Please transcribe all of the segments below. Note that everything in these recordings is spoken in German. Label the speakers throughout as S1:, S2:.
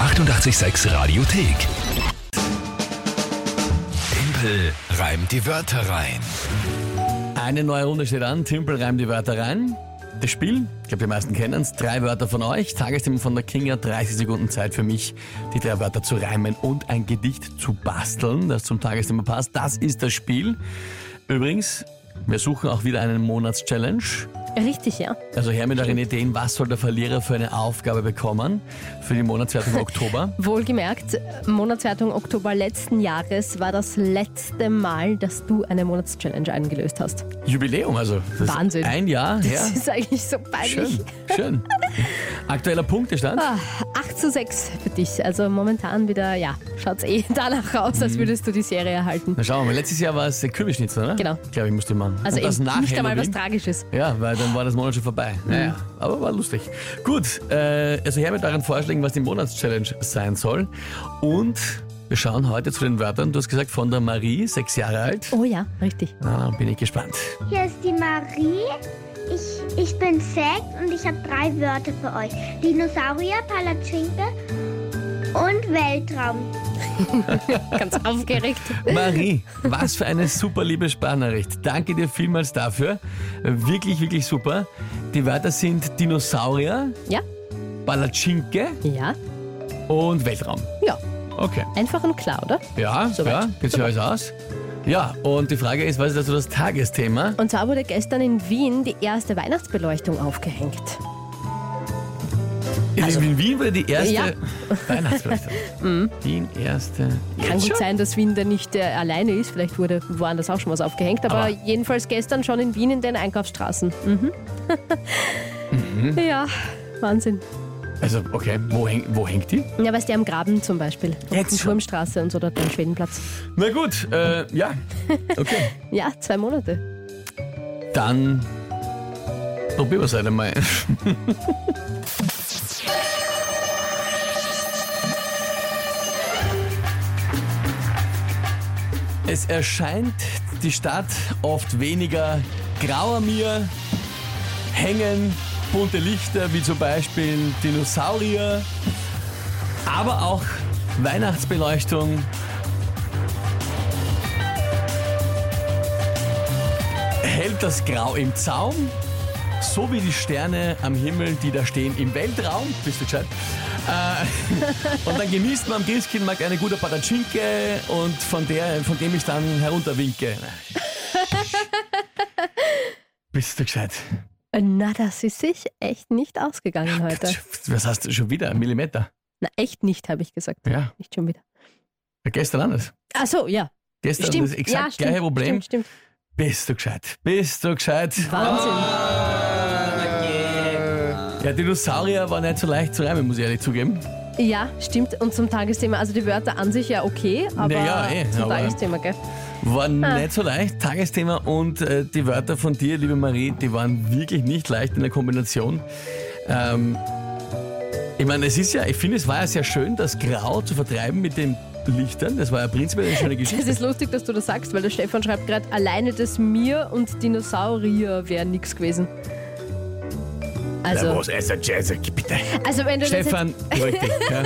S1: 886 Radiothek. Tempel reimt die Wörter rein.
S2: Eine neue Runde steht an. Timpel reimt die Wörter rein. Das Spiel, ich glaube, die meisten kennen es. Drei Wörter von euch. Tagesthemen von der Kinga. 30 Sekunden Zeit für mich, die drei Wörter zu reimen und ein Gedicht zu basteln, das zum Tagesthema passt. Das ist das Spiel. Übrigens, wir suchen auch wieder einen Monatschallenge.
S3: Richtig, ja.
S2: Also her mit euren Ideen, was soll der Verlierer für eine Aufgabe bekommen für die Monatswertung Oktober?
S3: Wohlgemerkt, Monatswertung Oktober letzten Jahres war das letzte Mal, dass du eine Monatschallenge eingelöst hast.
S2: Jubiläum, also. Das ist
S3: Wahnsinn.
S2: Ein Jahr her.
S3: Das ist eigentlich so peinlich.
S2: Schön, schön. Aktueller Punktestand?
S3: Ah, 8 zu 6 für dich. Also momentan wieder, ja, schaut's eh danach aus,
S2: Mhm.
S3: als würdest du die Serie erhalten.
S2: Na schauen wir mal. Letztes Jahr war es der Kübelschnitzer, ne?
S3: Genau.
S2: Ich glaube, ich musste machen.
S3: Also
S2: Und das
S3: eben
S2: nach
S3: nicht einmal was Mhm.
S2: Halloween.
S3: Tragisches.
S2: Ja, weil dann war das Monat schon vorbei. Naja, aber war lustig. Gut, äh, also her mit euren Vorschlägen, was die Monatschallenge sein soll. Und wir schauen heute zu den Wörtern. Du hast gesagt, von der Marie, sechs Jahre alt.
S3: Oh ja, richtig.
S2: Na, bin ich gespannt.
S4: Hier ist die Marie. Ich, ich bin sechs und ich habe drei Wörter für euch. Dinosaurier, Palatschinke und Weltraum.
S3: Ganz aufgeregt.
S2: Marie, was für eine super liebe Sprachnachricht. Danke dir vielmals dafür. Wirklich, wirklich super. Die Wörter sind Dinosaurier,
S3: Ja,
S2: Palatschinke
S3: ja,
S2: und Weltraum.
S3: ja.
S2: Okay.
S3: Einfach und klar, oder?
S2: Ja,
S3: Soweit.
S2: ja, geht sich alles aus. Ja, und die Frage ist, was ist also das Tagesthema?
S3: Und zwar wurde gestern in Wien die erste Weihnachtsbeleuchtung aufgehängt.
S2: Also, in Wien wurde die erste
S3: Ja. Mhm.
S2: Weihnachtsfeier. Wien erste.
S3: Kann
S2: Jetzt
S3: gut
S2: schon?
S3: sein, dass Wien da nicht äh, alleine ist. Vielleicht wurde woanders auch schon was aufgehängt. Aber,
S2: Aber-
S3: jedenfalls gestern schon in Wien in den Einkaufsstraßen. Mhm.
S2: Mhm.
S3: Ja, Wahnsinn.
S2: Also, okay, wo, häng, wo hängt die?
S3: Ja, weißt du, am Graben zum Beispiel.
S2: Jetzt
S3: die
S2: schon.
S3: Turmstraße und so dort am Schwedenplatz.
S2: Na gut, äh, ja. Okay.
S3: Ja, zwei Monate.
S2: Dann probieren wir es halt einmal. Es erscheint die Stadt oft weniger grauer mir, hängen bunte Lichter wie zum Beispiel Dinosaurier, aber auch Weihnachtsbeleuchtung. Hält das Grau im Zaum, so wie die Sterne am Himmel, die da stehen im Weltraum. Bist du gescheit? Äh, und dann genießt man am Christkindmarkt eine gute Patatschinke und von, der, von dem ich dann herunterwinke. Bist du gescheit?
S3: Äh, Na, das ist sich echt nicht ausgegangen heute.
S2: Was hast du schon wieder? Ein Millimeter?
S3: Na, echt nicht, habe ich gesagt.
S2: Ja,
S3: Nicht schon wieder.
S2: gestern anders.
S3: Ach so, ja.
S2: Gestern
S3: Stimmt.
S2: das exakt
S3: ja, stimmt,
S2: gleiche Problem.
S3: Stimmt, stimmt.
S2: Bist du gescheit? Bist du gescheit?
S3: Wahnsinn.
S2: Ah. Ja, Dinosaurier war nicht so leicht zu reimen, muss ich ehrlich zugeben.
S3: Ja, stimmt. Und zum Tagesthema, also die Wörter an sich ja okay, aber
S2: Naja, eh,
S3: zum
S2: aber-
S3: Tagesthema, gell? Ah.
S2: War nicht so leicht, Tagesthema und äh, die Wörter von dir, liebe Marie, die waren wirklich nicht leicht in der Kombination. Ähm, ich meine, es ist ja, ich finde, es war ja sehr schön, das Grau zu vertreiben mit den Lichtern. Das war ja prinzipiell eine schöne
S3: Es
S2: Geschichte.
S3: ist lustig, dass du das sagst, weil der Stefan schreibt gerade, alleine das Mir und Dinosaurier wären nix gewesen. Also,
S2: ist der Jazz? Bitte.
S3: also wenn du das
S2: Stefan, richtig. Ja.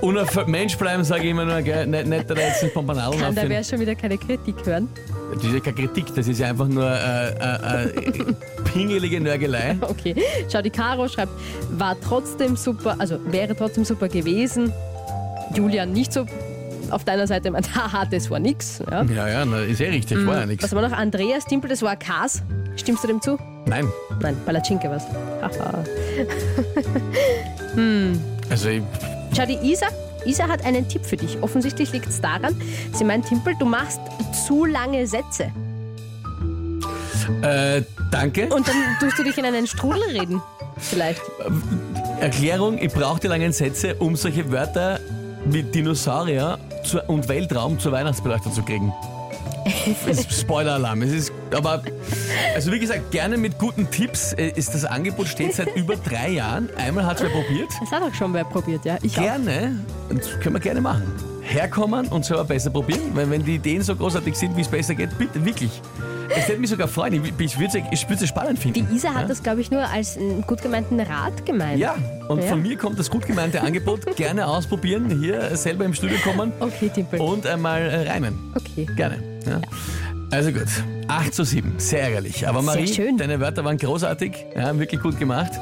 S2: Unerfüllt Mensch bleiben, sage ich immer nur, gell? Nicht, nicht da jetzt ein Pompanal
S3: jetzt kann, da wäre schon wieder keine Kritik hören.
S2: Das ist ja keine Kritik, das ist ja einfach nur äh, äh, äh, pingelige Nörgelei.
S3: Okay, schau, die Caro schreibt, war trotzdem super, also wäre trotzdem super gewesen. Julian nicht so auf deiner Seite meint, haha, das war nix. Ja.
S2: Ja, ja, na, ist eh richtig, war ja nichts.
S3: Was haben wir noch? Andreas Timpel, das war Kas. Stimmst du dem zu?
S2: Nein,
S3: Nein, Palatschinke was. Haha.
S2: also ich,
S3: Schau, die Isa, Isa hat einen Tipp für dich. Offensichtlich liegt es daran, sie meint, Timpel, du machst zu lange Sätze.
S2: äh, danke.
S3: Und dann tust du dich in einen Strudel reden. Vielleicht.
S2: Erklärung, ich brauche die langen Sätze, um solche Wörter wie Dinosaurier zu, und Weltraum zur Weihnachtsbeleuchtung zu kriegen. Es ist Spoiler-Alarm. Es ist, aber, also wie gesagt, gerne mit guten Tipps äh, ist das Angebot steht seit über drei Jahren. Einmal hat es wer probiert.
S3: Das hat auch schon wer probiert, ja. Ich auch.
S2: Gerne, das können wir gerne machen. Herkommen und selber besser probieren, weil wenn die Ideen so großartig sind, wie es besser geht, bitte, wirklich. Es hätte mich sogar freuen. Ich, ich würde es ich würd's ja spannend
S3: Die
S2: finden.
S3: Isa hat das, glaube ich, nur als einen gut gemeinten Rat gemeint.
S2: ja, und
S3: Ja.
S2: von mir kommt das gut gemeinte Angebot. Gerne ausprobieren, hier selber im Studio kommen
S3: Okay, Timpel.
S2: und einmal äh, reimen.
S3: Okay.
S2: Gerne. Ja. Also gut. 8 zu 7, sehr ärgerlich. Aber Marie,
S3: schön.
S2: deine Wörter waren großartig, ja, wirklich gut gemacht.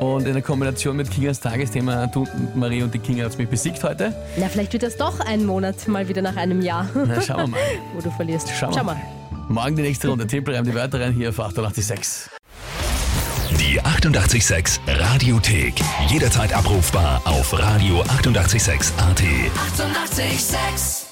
S2: Und in der Kombination mit Kingas Tagesthema, du, Marie und die Kinga hat es mich besiegt heute.
S3: Na, vielleicht wird das doch ein Monat mal wieder nach einem Jahr,
S2: Na, schauen wir mal.
S3: wo du verlierst.
S2: Schauen wir mal. Morgen die nächste Runde. Tempel reimt die Wörter rein hier auf 886.
S1: Die 886 Radiothek. Jederzeit abrufbar auf radio886.at. 886!
S5: 886